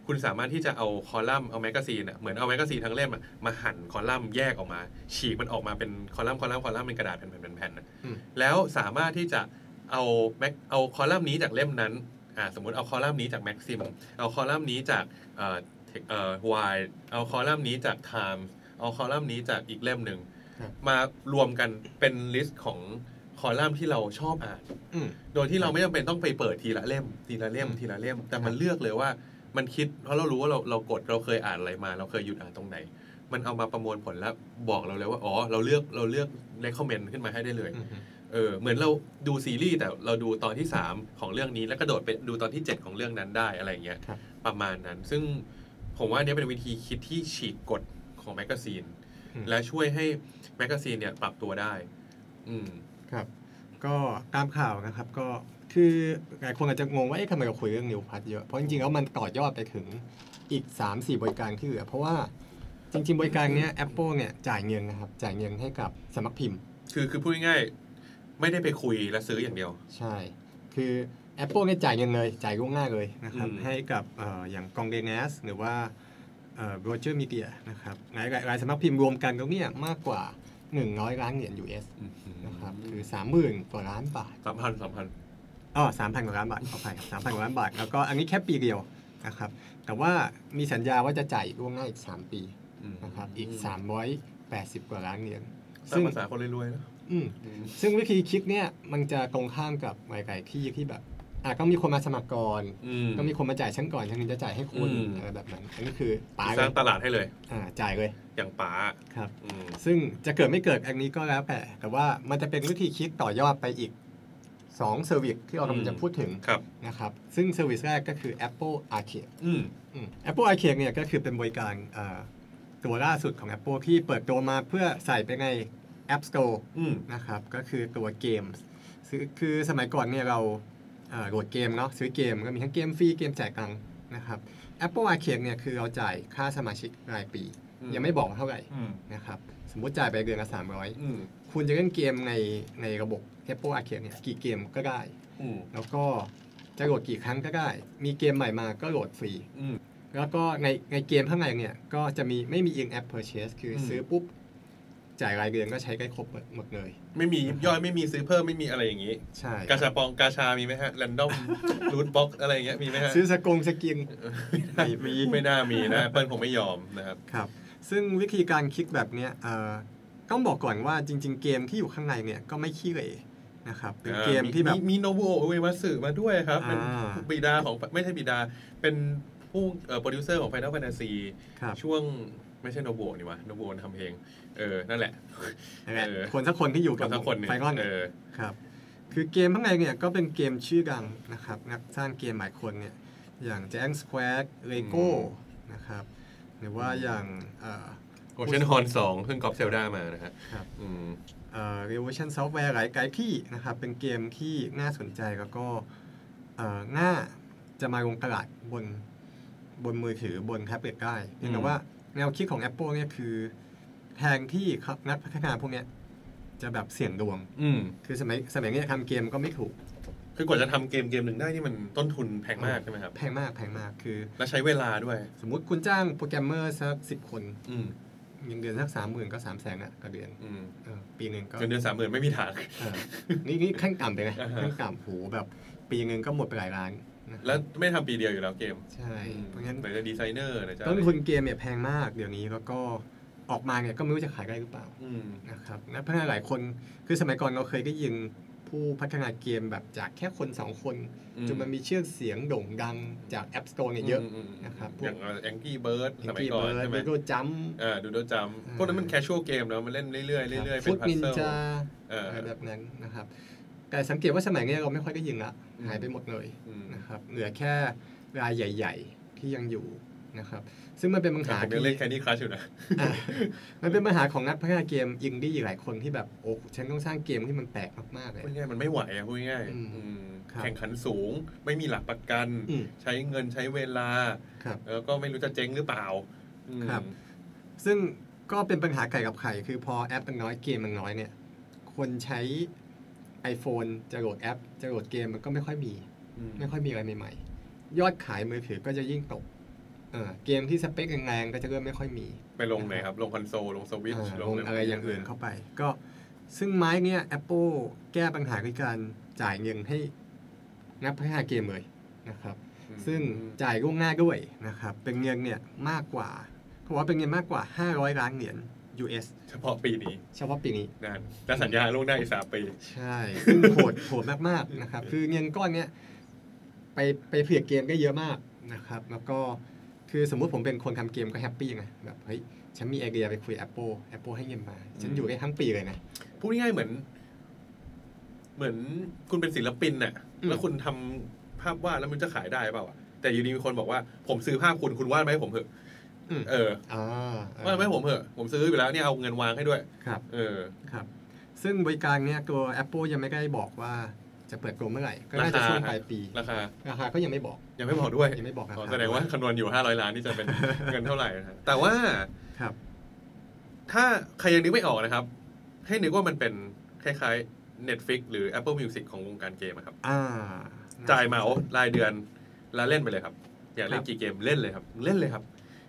[SPEAKER 2] คุณสามารถที่จะเอาคอลัมน์เอาแมกกาซีนอะเหมือนเอาแมกกาซีนทั้งเล่มอะมาหั่นคอลัมน์แยกออกมา ฉีกมันออกมาเป็นคอลัมน์คอลัมน์คอลัมน์เป็นกระดาษแผ่นๆๆๆนะ แล้วสามารถที่จะเอาแม็กเอาคอลัมน์นี้จากเล่มนั้นอ่าสมมติเอาคอลัมน์นี้จากแม็กซิมเอาคอลัมน์นี้จากเอ่อเทคเอ่อวายเอาคอลัมน์นี้จากไทม์เอาคอลัมน์นี้จากอีกเล่มหนึ่ง
[SPEAKER 1] ครับ
[SPEAKER 2] มารวมกันเป็นลิสต์ของคอลัมน์ที่เราชอบอ่าน
[SPEAKER 1] อืม
[SPEAKER 2] โดยที่เราไม่จำเป็นต้องไปเปิดทีละเล่ม ทีละเล่ม
[SPEAKER 1] อืม
[SPEAKER 2] ทีละเล่ม แต่
[SPEAKER 1] ครับ
[SPEAKER 2] มันเลือกเลยว่ามันคิดเพราะเรารู้ว่าเราเรากดเราเคยอ่านอะไรมา เราเคยหยุดอ่านตรงไหน มันเอามาประมวลผลแล้วบอกเราเลยว่าอ๋อเราเลือกเราเลือก recommend ขึ้นมาให้ได้เลย เออเหมือนเราดูซีรีส์แต่เราดูตอนที่ 3 ของเรื่องนี้แล้วกระโดดไปดูตอนที่ 7 ของเรื่องนั้นได้อะไรอย่างเงี้ย
[SPEAKER 1] ครับ
[SPEAKER 2] ประมาณนั้น ซึ่งผมว่าอันเนี้ยเป็นวิธีคิดที่ฉีกกฎของแมกกาซีน และช่วยให้แมกกาซีนเนี่ยปรับตัวได้ อืม
[SPEAKER 1] ครับ ก็ตามข่าวนะครับก็คือหลายคนอาจจะงงว่าเอ๊ะทำไมเราคุยเรื่องนิวพัทเยอะ เพราะจริงๆแล้วมันต่อยอดไปถึงอีก 3 4 บริการที่เหลือ เพราะว่าจริงๆ บริการเนี้ย Apple เนี่ยจ่ายเงินนะครับ จ่ายเงินให้กับสำนักพิมพ์
[SPEAKER 2] คือคือพูดง่ายๆไม่ได้ไปคุยและซื้ออย่างเดียว
[SPEAKER 1] ใช่ คือ Apple เนี่ยจ่ายเงินเลย จ่ายล่วงหน้าเลยนะครับ
[SPEAKER 2] อืม
[SPEAKER 1] ให้กับเอ่ออย่างกองเดนสหรือว่าโรเจอร์มีเดียนะครับหลายๆหลายสำนักพิมพ์รวมกันตรงเนี้ยมากกว่า 100 ล้านเหรียญ US นะครับ คือ30,000กว่าล้านบาท
[SPEAKER 2] สามพันสามพัน
[SPEAKER 1] อ๋อสามพันกว่าล้านบาทขออภัยสามพันกว่าล้านบาท แล้วก็อันนี้แค่ปีเดียวนะครับ แต่ว่ามีสัญญาว่าจะจ่ายล่วงหน้าอีก 3 ปีนะครับ อีก 380 กว่าล้านเหรียญ
[SPEAKER 2] สร้างภาษาคนรวยๆนะ
[SPEAKER 1] อืม ซึ่งวิธีคิดเนี่ยมันจะตรงข้ามกับหลายๆที่ที่แบบอ่ะต้องมีคนมาสมัครก่อน
[SPEAKER 2] อืม
[SPEAKER 1] ต้องมีคนมาจ่ายฉันก่อนฉันถึงจะจ่ายให้คุณ
[SPEAKER 2] อืม
[SPEAKER 1] อะไรแบบนั้น อันนี้คือป๋า
[SPEAKER 2] ส
[SPEAKER 1] เล
[SPEAKER 2] ร้าย งตลาดให้เลย
[SPEAKER 1] อ่าจ่ายเลย
[SPEAKER 2] อย่างป๋า
[SPEAKER 1] ครับ
[SPEAKER 2] อืม
[SPEAKER 1] ซึ่งจะเกิดไม่เกิดอันนี้ก็แล้วแต่ แต่ว่ามันจะเป็นวิธีคิดต่อยอดไปอีก2เซอร์วิสที่เรากำลังจะพูดถึง
[SPEAKER 2] ครับ
[SPEAKER 1] นะครับซึ่งเซอร์วิสแรกก็คือ Apple Arcade
[SPEAKER 2] อืม
[SPEAKER 1] อืม Apple Arcade เนี่ยก็คือเป็นบริการเอ่อตัวล่าสุดของ Apple ที่เปิดตัวมาเพื่อใส่ไปใน App Store
[SPEAKER 2] อืม
[SPEAKER 1] นะครับก็คือตัวเกมซึ่งคือสมัยก่อนเนี่ยเราเอ่อโหลดเกมเนาะซื้อเกมก็มีทั้งเกมฟรีเกมแจกตังค์นะครับ Apple Arcade เนี่ยคือเราจ่ายค่าสมาชิกรายปี
[SPEAKER 2] อืม
[SPEAKER 1] ยังไม่บอกว่าเท่าไหร่
[SPEAKER 2] อืม
[SPEAKER 1] นะครับสมมติจ่ายไปเดือนละ
[SPEAKER 2] อืม
[SPEAKER 1] 300 คุณจะเล่นเกมในในระบบ Apple Arcade เนี่ยกี่เกมก็ได้
[SPEAKER 2] อืม
[SPEAKER 1] แล้วก็จะโหลดกี่ครั้งก็ได้ มีเกมใหม่มาก็โหลดฟรี
[SPEAKER 2] อืม
[SPEAKER 1] แล้วก็ในในเกมข้างในเนี่ย ก็จะมีไม่มี in app purchase คืออ
[SPEAKER 2] ม
[SPEAKER 1] ซื้อปุ๊บ จ่ายรายเดือนก็ใช้ได้ครบหมดเลย
[SPEAKER 2] ไม่มียิบย่อยไม่มีซื้อเพิ่มไม่มีอะไรอย่างนี้
[SPEAKER 1] ใช่
[SPEAKER 2] กาชาปองกาชามีไหมฮะแรนดอ มรูทบ็อกอะไรอย่างเงี้ยมีไหมฮะ
[SPEAKER 1] ซื้อสกงสกิน
[SPEAKER 2] ไม่มีไม่น่ามีนะเปิ้ลคงไม่ยอมนะครับ
[SPEAKER 1] ครับ ซึ่งวิธีการคิดแบบเนี้ยเอ่อต้องบอกก่อนว่าจริง ๆ เกมที่อยู่ข้างในเนี่ย ก็ไม่ขี้เหร่นะครับ เป็นเกมที่แบบ
[SPEAKER 2] มีโนบุโอะเอเวมาสึมาด้วยครับ เป็น
[SPEAKER 1] อ่า
[SPEAKER 2] บิดาของไม่ใช่บิดา เป็นผู้โปรดิวเซอร์ของ Final Fantasy
[SPEAKER 1] ครับ
[SPEAKER 2] ช่วงไม่ใช่โนบุโอะนี่วะโนบุโอะทำเพลง เออ นั่นแหละ
[SPEAKER 1] นั่นแหละ
[SPEAKER 2] เออ
[SPEAKER 1] คนสักคนที่อยู่
[SPEAKER 2] กั
[SPEAKER 1] กั
[SPEAKER 2] บบ สักคนหนึ่ง
[SPEAKER 1] ไฟนอล
[SPEAKER 2] เออ
[SPEAKER 1] ครับ คือเกมข้างในเนี่ยก็เป็นเกมชื่อดังนะครับ นักสร้างเกมหลายคนเนี่ย อย่าง Giant Square Lego นะครับ หรือว่าอย่างเอ่อ
[SPEAKER 2] Ocean Horn 2 ซึ่งกอบเซลดามานะฮะ
[SPEAKER 1] ครับ
[SPEAKER 2] อืม
[SPEAKER 1] เอ่อ Revolution Software หลายหลายที่นะครับ เป็นเกมที่น่าสนใจแล้วก็เอ่อง่าจะมาลงตลาดบนบนมือถือบนแท็บเล็ตได้เพียง
[SPEAKER 2] อื
[SPEAKER 1] แต่
[SPEAKER 2] ม
[SPEAKER 1] ว่าแนวคิดของ Apple เนี่ยคือแทนที่ครับนักพัฒนาพวกเนี้ยจะแบบเสี่ยงดวง
[SPEAKER 2] อืม
[SPEAKER 1] คือสมัยสมัยเนี้ยทำเกมก็ไม่ถูก
[SPEAKER 2] คือกว่าจะทำเกมเกมหนึ่งได้นี่มันต้นทุนแพงมากใช่ไหมครับ
[SPEAKER 1] แพงมากแพงมากคือ
[SPEAKER 2] และใช้เวลาด้วย
[SPEAKER 1] สมมุติคุณจ้างโปรแกรมเมอร์สักสิบคน
[SPEAKER 2] อืม
[SPEAKER 1] เงินเดือนสักสามหมื่นก็สามแสนอะต่อเดือน
[SPEAKER 2] อืม
[SPEAKER 1] เออปีหนึ่งก็
[SPEAKER 2] เงินเดือนสามหมื่นไม่มีทาง
[SPEAKER 1] เออนี่นี่ขั้นต่ำไปไง
[SPEAKER 2] อ่าฮะ
[SPEAKER 1] ขั้นต่ำโหแบบปีหนึ่งก็หมดไปหลายล้านนะครับ
[SPEAKER 2] แล้วไม่ทำปีเดียวอยู่แล้วเกม
[SPEAKER 1] ใช่เพราะงั้น
[SPEAKER 2] ไหนจะดีไซเนอร์ไหนจะ
[SPEAKER 1] ต้นทุนเกมเนี่ยแพงมากเดี๋ยวนี้แล้วก็ออกมาเนี่ยก็ไม่รู้จะขายได้หรือเปล่า
[SPEAKER 2] อืม
[SPEAKER 1] นะครับนักพัฒนาหลายคนคือสมัยก่อนเราเคยได้ยินผู้พัฒนาเกมแบบจากแค่คนสองคนจนมันมีชื่อเสียงโด่งดังจาก App Store เนี่ยเยอะ
[SPEAKER 2] มม
[SPEAKER 1] นะครับพวก
[SPEAKER 2] อย่างแองกี้เบิร์ด
[SPEAKER 1] อย่า
[SPEAKER 2] ส
[SPEAKER 1] ง
[SPEAKER 2] มัย
[SPEAKER 1] ที่
[SPEAKER 2] ก่อ
[SPEAKER 1] เบิร์
[SPEAKER 2] น
[SPEAKER 1] ด
[SPEAKER 2] ใช่ไหม
[SPEAKER 1] วิโก้จัม
[SPEAKER 2] อ่าดูโดจัม
[SPEAKER 1] อ่า
[SPEAKER 2] พวกนั้นมันแคชชวลเกมเนอะมันเล่นเรื่อยๆเรื่อยๆเป็
[SPEAKER 1] ฟุ
[SPEAKER 2] น
[SPEAKER 1] ต
[SPEAKER 2] พัซ
[SPEAKER 1] นิน
[SPEAKER 2] เซิล
[SPEAKER 1] จา
[SPEAKER 2] เอออ
[SPEAKER 1] อะไรแบบนั้นนะครับ แต่สังเกตว่าสมัยเนี้ยเราไม่ค่อยได้ยินละ
[SPEAKER 2] อืม
[SPEAKER 1] หายไปหมดเลย
[SPEAKER 2] อืม
[SPEAKER 1] นะครับเหลือแค่รายใหญ่ ๆ ที่ยังอยู่ นะครับซึ่งมันเป็นปัญหา
[SPEAKER 2] ผมยัง
[SPEAKER 1] ที่
[SPEAKER 2] เล่นแคนดี้ครัชอยู่นะ
[SPEAKER 1] อ่ะ มันเป็นปัญหาของนักพัฒนาเกมอินดี้หลายคนที่แบบโอ้ฉันต้องสร้างเกมที่มันแปลกมากๆเลย
[SPEAKER 2] พูดง่ายๆมันไม่ไหวอะพูดง่ายๆ
[SPEAKER 1] อืม
[SPEAKER 2] อืม
[SPEAKER 1] ครับ
[SPEAKER 2] แข่งขันสูง ไม่มีหลักประกัน
[SPEAKER 1] อืม
[SPEAKER 2] ใช้เงินใช้เวลา
[SPEAKER 1] ครับ
[SPEAKER 2] แล้วก็ไม่รู้จะเจ๊งหรือเปล่าอืม
[SPEAKER 1] ครับ ซึ่งก็เป็นปัญหาไก่กับไข่ คือพอแอปมันน้อยเกมมันน้อยเนี่ย คนใช้ iPhone จะโหลดแอป จะโหลดเกมมันก็ไม่ค่อยมี
[SPEAKER 2] อืม
[SPEAKER 1] ไม่ค่อยมีอะไรใหม่ๆ ยอดขายมือถือก็จะยิ่งตกเออเกมที่สเปคแรงๆก็จะเริ่มไม่ค่อยมี
[SPEAKER 2] ไปลงไหนครับ ลงคอนโซล ลงสวิตช์
[SPEAKER 1] อ่าลงอะไรอย่างอื่นเข้าไป ก็ซึ่งไม้เนี่ย Apple แก้ปัญหาด้วยการจ่ายเงินให้นักพัฒนาเกมเลยนะครับ
[SPEAKER 2] อืม
[SPEAKER 1] ซึ่งจ่ายล่วงหน้าด้วยนะครับ เป็นเงินเนี่ยมากกว่าเขาบอกว่าเป็นเงินมากกว่า 500 ล้านเหรียญ US
[SPEAKER 2] เฉพาะปีนี้
[SPEAKER 1] เฉพาะปีนี้
[SPEAKER 2] นะและสัญญาล่วงหน้าอีกสามปี
[SPEAKER 1] ใช่ ซึ่งโหดโหดมากๆนะครับ คือเงินก้อนเนี้ยไปไปเพียกเกมก็เยอะมากนะครับ แล้วก็คือสมมุติผมเป็นคนทำเกมก็แฮปปี้นะแบบเฮ้ยฉันมีไอเดียไปคุย Apple Apple ให้เงินมา ฉันอยู่ได้ทั้งปีเลยนะ
[SPEAKER 2] พูดง่ายๆเหมือน เหมือนคุณเป็นศิลปินน่ะ
[SPEAKER 1] อืม
[SPEAKER 2] แล้วคุณทำภาพวาดแล้วมันจะขายได้เปล่าอะแต่อยู่ดีมีคนบอกว่า ผมซื้อภาพคุณคุณวาดไหมาให้ผมเถอะ
[SPEAKER 1] อืม
[SPEAKER 2] เออ
[SPEAKER 1] อ่าว
[SPEAKER 2] าดไหมาให้ผมเถอะผมซื้ออยู่แล้วเนี่ยเอาเงินวางให้ด้วย
[SPEAKER 1] ครับ
[SPEAKER 2] เออ
[SPEAKER 1] ครับ ซึ่งบริการเนี้ยตัว Apple ยังไม่ได้บอกว่าจะเปิดกลมเมื่อไหร่ ก็น่าจะ
[SPEAKER 2] ราคา
[SPEAKER 1] ช่วงปลายปี
[SPEAKER 2] ราคา
[SPEAKER 1] ราคาก็ยังไม่บอก
[SPEAKER 2] ยังไม่บอกด้วย
[SPEAKER 1] ยังไม่บอกรา
[SPEAKER 2] อ๋อ
[SPEAKER 1] คา
[SPEAKER 2] แสดงว่าคำนวณอยู่ 500 ล้านนี่จะเป็น เงินเท่าไหร่นะฮะแต่ว่า
[SPEAKER 1] ครับ
[SPEAKER 2] ถ้าใครยังนึกไม่ออกนะครับ ให้นึกว่ามันเป็นคล้ายๆ Netflix หรือ Apple Music ของวงการเกมอะครับ
[SPEAKER 1] อ่า
[SPEAKER 2] จ่ายเหมารายเดือนแล้วเล่นไปเลยครับ อยากเล่
[SPEAKER 1] ครั
[SPEAKER 2] น
[SPEAKER 1] บ
[SPEAKER 2] กี่เกมเล่นเลยครับ เล่นเลยครับ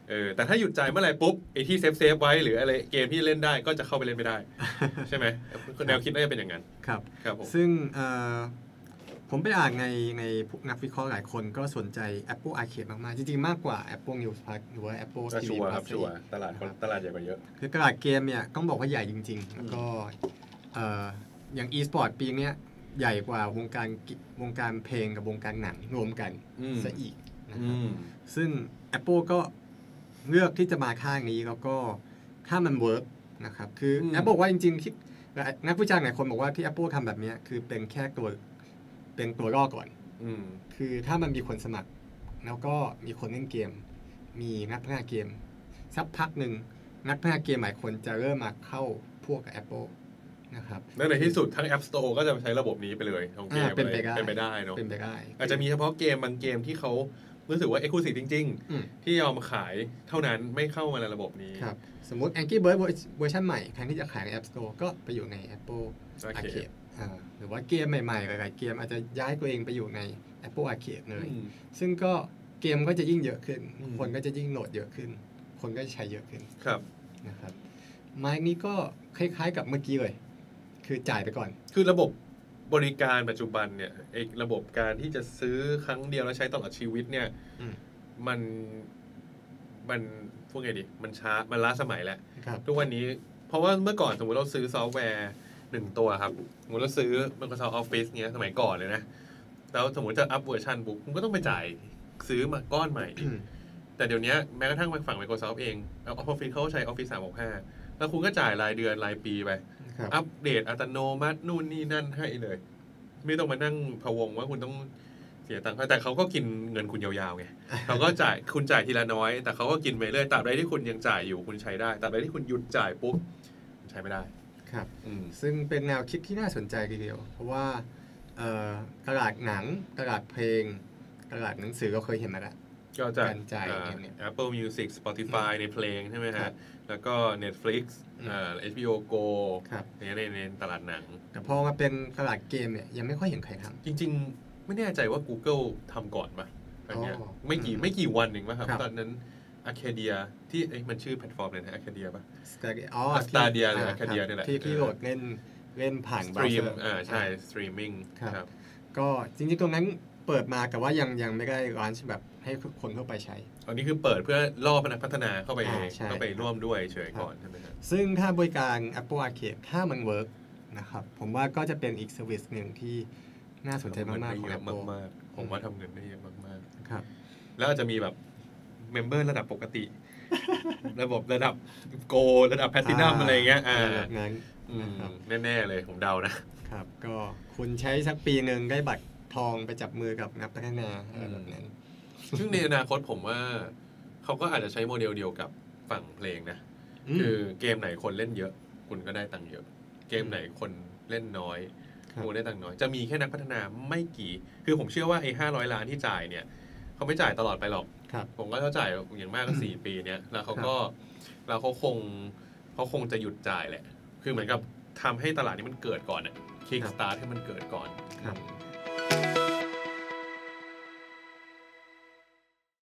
[SPEAKER 2] เออแต่ถ้าหยุดจ่ายเมื่อไหร่ปุ๊บไอ้ที่เซฟเซฟไว้หรืออะไรเกมที่เล่นได้ก็จะเข้าไปเล่นไม่ได้ ใช่ไหมแนวคิดน่าจะเป็นอย่างนั้น
[SPEAKER 1] ครับ
[SPEAKER 2] ครับผม
[SPEAKER 1] ซึ่งเอ่อผมไปอ่านในในพวกนักวิเคราะห์หลายคนก็สนใจ Apple Arcade มาก ๆ จริง ๆ มากกว่า Apple News Plus หรือว่า Apple
[SPEAKER 2] ก็
[SPEAKER 1] TV
[SPEAKER 2] ชัวร์ครับ
[SPEAKER 1] Plus
[SPEAKER 2] ชัวร์ตลาดคนตลาดใหญ่กว่าเยอะ
[SPEAKER 1] คือกระดาษเกมเนี่ยต้องบอกว่าใหญ่จริง ๆ แล้วก็เอ่ออย่าง e-sport ปีเนี้ยใหญ่กว่าวงการกิวงการเพลงกับวงการหนังรวมกัน
[SPEAKER 2] อืม
[SPEAKER 1] ซะอีกนะค
[SPEAKER 2] อื
[SPEAKER 1] รับ
[SPEAKER 2] ม
[SPEAKER 1] ซึ่ง Apple ก็เลือกที่จะมาข้างนี้แล้วก็ถ้ามันเวิร์กนะครับคือ Apple บอกว่าจริง ๆ ที่นักวิจารณ์หลายคนบอกว่าที่ Apple ทำแบบเนี้ยคือเป็นแค่ตัวเป็นตัวล่อก่อน
[SPEAKER 2] อืม
[SPEAKER 1] คือถ้ามันมีคนสมัคร แล้วก็มีคนเล่นเกม มีนักพัฒนาเกม สักพักหนึ่งนักพัฒนาเกมหลายคนจะเริ่มมาเข้าพวกกับ Apple นะครับ
[SPEAKER 2] แล้วในที่สุดทั้ง App Store ก็จะใช้ระบบนี้ไปเลยของเกม
[SPEAKER 1] อ่าเป็นไปได้
[SPEAKER 2] เป็นไปได้เนาะ
[SPEAKER 1] เป็นไปได้
[SPEAKER 2] อาจจะมีเฉพาะเกมบางเกมที่เขารู้สึกว่าเอ็กซ์คลูซีฟจริง
[SPEAKER 1] อืม
[SPEAKER 2] ๆ ที่ยอมขายเท่านั้นไม่เข้ามาในระบบนี้
[SPEAKER 1] ครับ สมมติ Angry Bird เวอร์ชันใหม่แทนที่จะขายใน App Store ก็ไปอยู่ใน Apple
[SPEAKER 2] โอเค
[SPEAKER 1] Arcade อ่าหรือว่าเกมใหม่ๆหลายๆเกมอาจจะย้ายตัวเองไปอยู่ใน Apple Arcade เลย
[SPEAKER 2] อืม
[SPEAKER 1] ซึ่งก็เกมก็จะยิ่งเยอะขึ้น
[SPEAKER 2] อืม
[SPEAKER 1] คนก็จะยิ่งโหลดเยอะขึ้น คนก็จะใช้เยอะขึ้น
[SPEAKER 2] ครับ
[SPEAKER 1] นะครับไม้นี้ก็คล้ายๆกับเมื่อกี้เลย คือจ่ายไปก่อน
[SPEAKER 2] คือระบบบริการปัจจุบันเนี่ยไอ้ระบบการที่จะซื้อครั้งเดียวแล้วใช้ตลอดชีวิตเนี่ย
[SPEAKER 1] อืม
[SPEAKER 2] มันมันพูดไงดี มันช้ามันล้าสมัยแหละ
[SPEAKER 1] นะครับ
[SPEAKER 2] ทุกวันนี้ เพราะว่าเมื่อก่อนสมมติเราซื้อซอฟต์แวร์หนึ่งตัวครับ สมมติเราซื้อ Microsoft Office เนี้ยสมัยก่อนเลยนะ แล้วสมมติจะอัปเวอร์ชันบุ๊กมันก็ต้องไปจ่ายซื้อมาก้อนใหม่อีก แต่เดี๋ยวนี้แม้กระทั่งไปฝั่ง Microsoft เองเอา Office เขาก็ใช้ Office 365 แล้วคุณก็จ่ายรายเดือนรายปีไป
[SPEAKER 1] นะครับ
[SPEAKER 2] อัปเดตอัตโนมัตินู่นนี่นั่นให้เลย ไม่ต้องมานั่งพะวงว่าคุณต้องเสียตังค์แต่เขาก็กินเงินคุณยาว ๆไงเขาก็จ่ายคุณจ่ายทีละน้อย แต่เขาก็กินไปเรื่อยตราบใดที่คุณยังจ่ายอยู่คุณใช้ได้ตราบใดที่คุณหยุดจ่ายปุ๊บคุณใช้ไม่ได้
[SPEAKER 1] ครับ
[SPEAKER 2] อืม
[SPEAKER 1] ซึ่งเป็นแนวคิดที่น่าสนใจทีเดียว เพราะว่าเอ่อตลาดหนังตลาดเพลงตลาดหนังสือก็เคยเห็นมาแล้ว
[SPEAKER 2] ก็จะ
[SPEAKER 1] การจ่าย
[SPEAKER 2] อ่า
[SPEAKER 1] เนี่ยเนี่ย
[SPEAKER 2] Apple Music Spotify ในเพลงใช่ไหม
[SPEAKER 1] ครั
[SPEAKER 2] ฮะ
[SPEAKER 1] บ
[SPEAKER 2] แล้วก็ Netflix
[SPEAKER 1] อืม
[SPEAKER 2] อ่า HBO Go
[SPEAKER 1] ครับ
[SPEAKER 2] อย่างเงี้ยในในตลาดหนัง
[SPEAKER 1] แต่พอมาเป็นตลาดเกมเนี่ยยังไม่ค่อยเห็นใครท
[SPEAKER 2] จริงๆ ไม่แน่ใจว่า Google ทำก่อนปะอันเนี้ย
[SPEAKER 1] อ๋อ
[SPEAKER 2] ไม่กี่
[SPEAKER 1] อืม
[SPEAKER 2] ไม่กี่วันเองป่ะครับ
[SPEAKER 1] ครับ
[SPEAKER 2] ตอนนั้น Arcadia ที่เอ้ยมันชื่อแพลตฟอร์มเลยนะ Arcadia ป่ะ
[SPEAKER 1] ำสตาร์อ๋อ
[SPEAKER 2] Stadia หรือ
[SPEAKER 1] อ่า
[SPEAKER 2] Arcadia
[SPEAKER 1] รับ
[SPEAKER 2] เนี่ยแหละ
[SPEAKER 1] ที่ที่
[SPEAKER 2] เออ
[SPEAKER 1] โหลดเล่นเล่นผ่าน
[SPEAKER 2] ส
[SPEAKER 1] เบ
[SPEAKER 2] ต
[SPEAKER 1] รา
[SPEAKER 2] รี
[SPEAKER 1] ว์เซ
[SPEAKER 2] ม
[SPEAKER 1] อร์
[SPEAKER 2] อ่าใช่สตรีมมิ่ง
[SPEAKER 1] ครับ ก็จริงๆตรงนั้นเปิดมาแต่ว่ายังยังไม่ได้ร้านแบบให้คนทั่วไปใช้
[SPEAKER 2] อันนี้คือเปิดเพื่อล่อพนักพัฒนาเข้าไป
[SPEAKER 1] อ่า
[SPEAKER 2] เอง
[SPEAKER 1] ใช่
[SPEAKER 2] เข้าไปร่วมด้วยเฉยก่อนใช่ไหมครับ
[SPEAKER 1] ซึ่งถ้าบริการ Apple Arcade ถ้ามันเวิร์กนะครับ ผมว่าก็จะเป็นอีกเซอร์วิสหนึ่งที่น่าสนใจมาก ๆ ของ
[SPEAKER 2] เยอะ
[SPEAKER 1] Apple
[SPEAKER 2] มากๆผมว่าทำเงินได้เยอะมาก
[SPEAKER 1] ครับ
[SPEAKER 2] ๆ แล้วอาจจะมีแบบเมมเบอร์ระดับปกติ ระบบระดับโกระดับแพลตินัมอะไรอย่างเงี้ยอ่า
[SPEAKER 1] แบบนั้น
[SPEAKER 2] อืมแน่ๆเลยผมเดานะ
[SPEAKER 1] ครับ ก็คุณใช้สักปีหนึ่งได้บัตร ทองไปจับมือกับนักพัฒนาอะไรแบบนั้น
[SPEAKER 2] ซึ่งในอนาคตผมว่า เขาก็อาจจะใช้โมเดลเดียวกับฝั่งเพลงนะ
[SPEAKER 1] อืม
[SPEAKER 2] คือเกมไหนคนเล่นเยอะ คุณก็ได้ตังค์เยอะ เกมไหนคนเล่นน้อย
[SPEAKER 1] ครับ
[SPEAKER 2] คุณได้ตังค์น้อย จะมีแค่นักพัฒนาไม่กี่ คือผมเชื่อว่าไอ้ห้าร้อยล้านที่จ่ายเนี่ยเขาไม่จ่ายตลอดไปหรอก
[SPEAKER 1] ครับ
[SPEAKER 2] ผมก็เขาจ่ายอย่างมากก็สี่ปีเนี่ยแล้วเขาก็แล้วเขาคงเขาคงจะหยุดจ่ายแหละ คือเหมือนกับทำให้ตลาดนี้มันเกิดก่อนอะ kickstart ให้มันเกิดก่อน
[SPEAKER 1] ครับ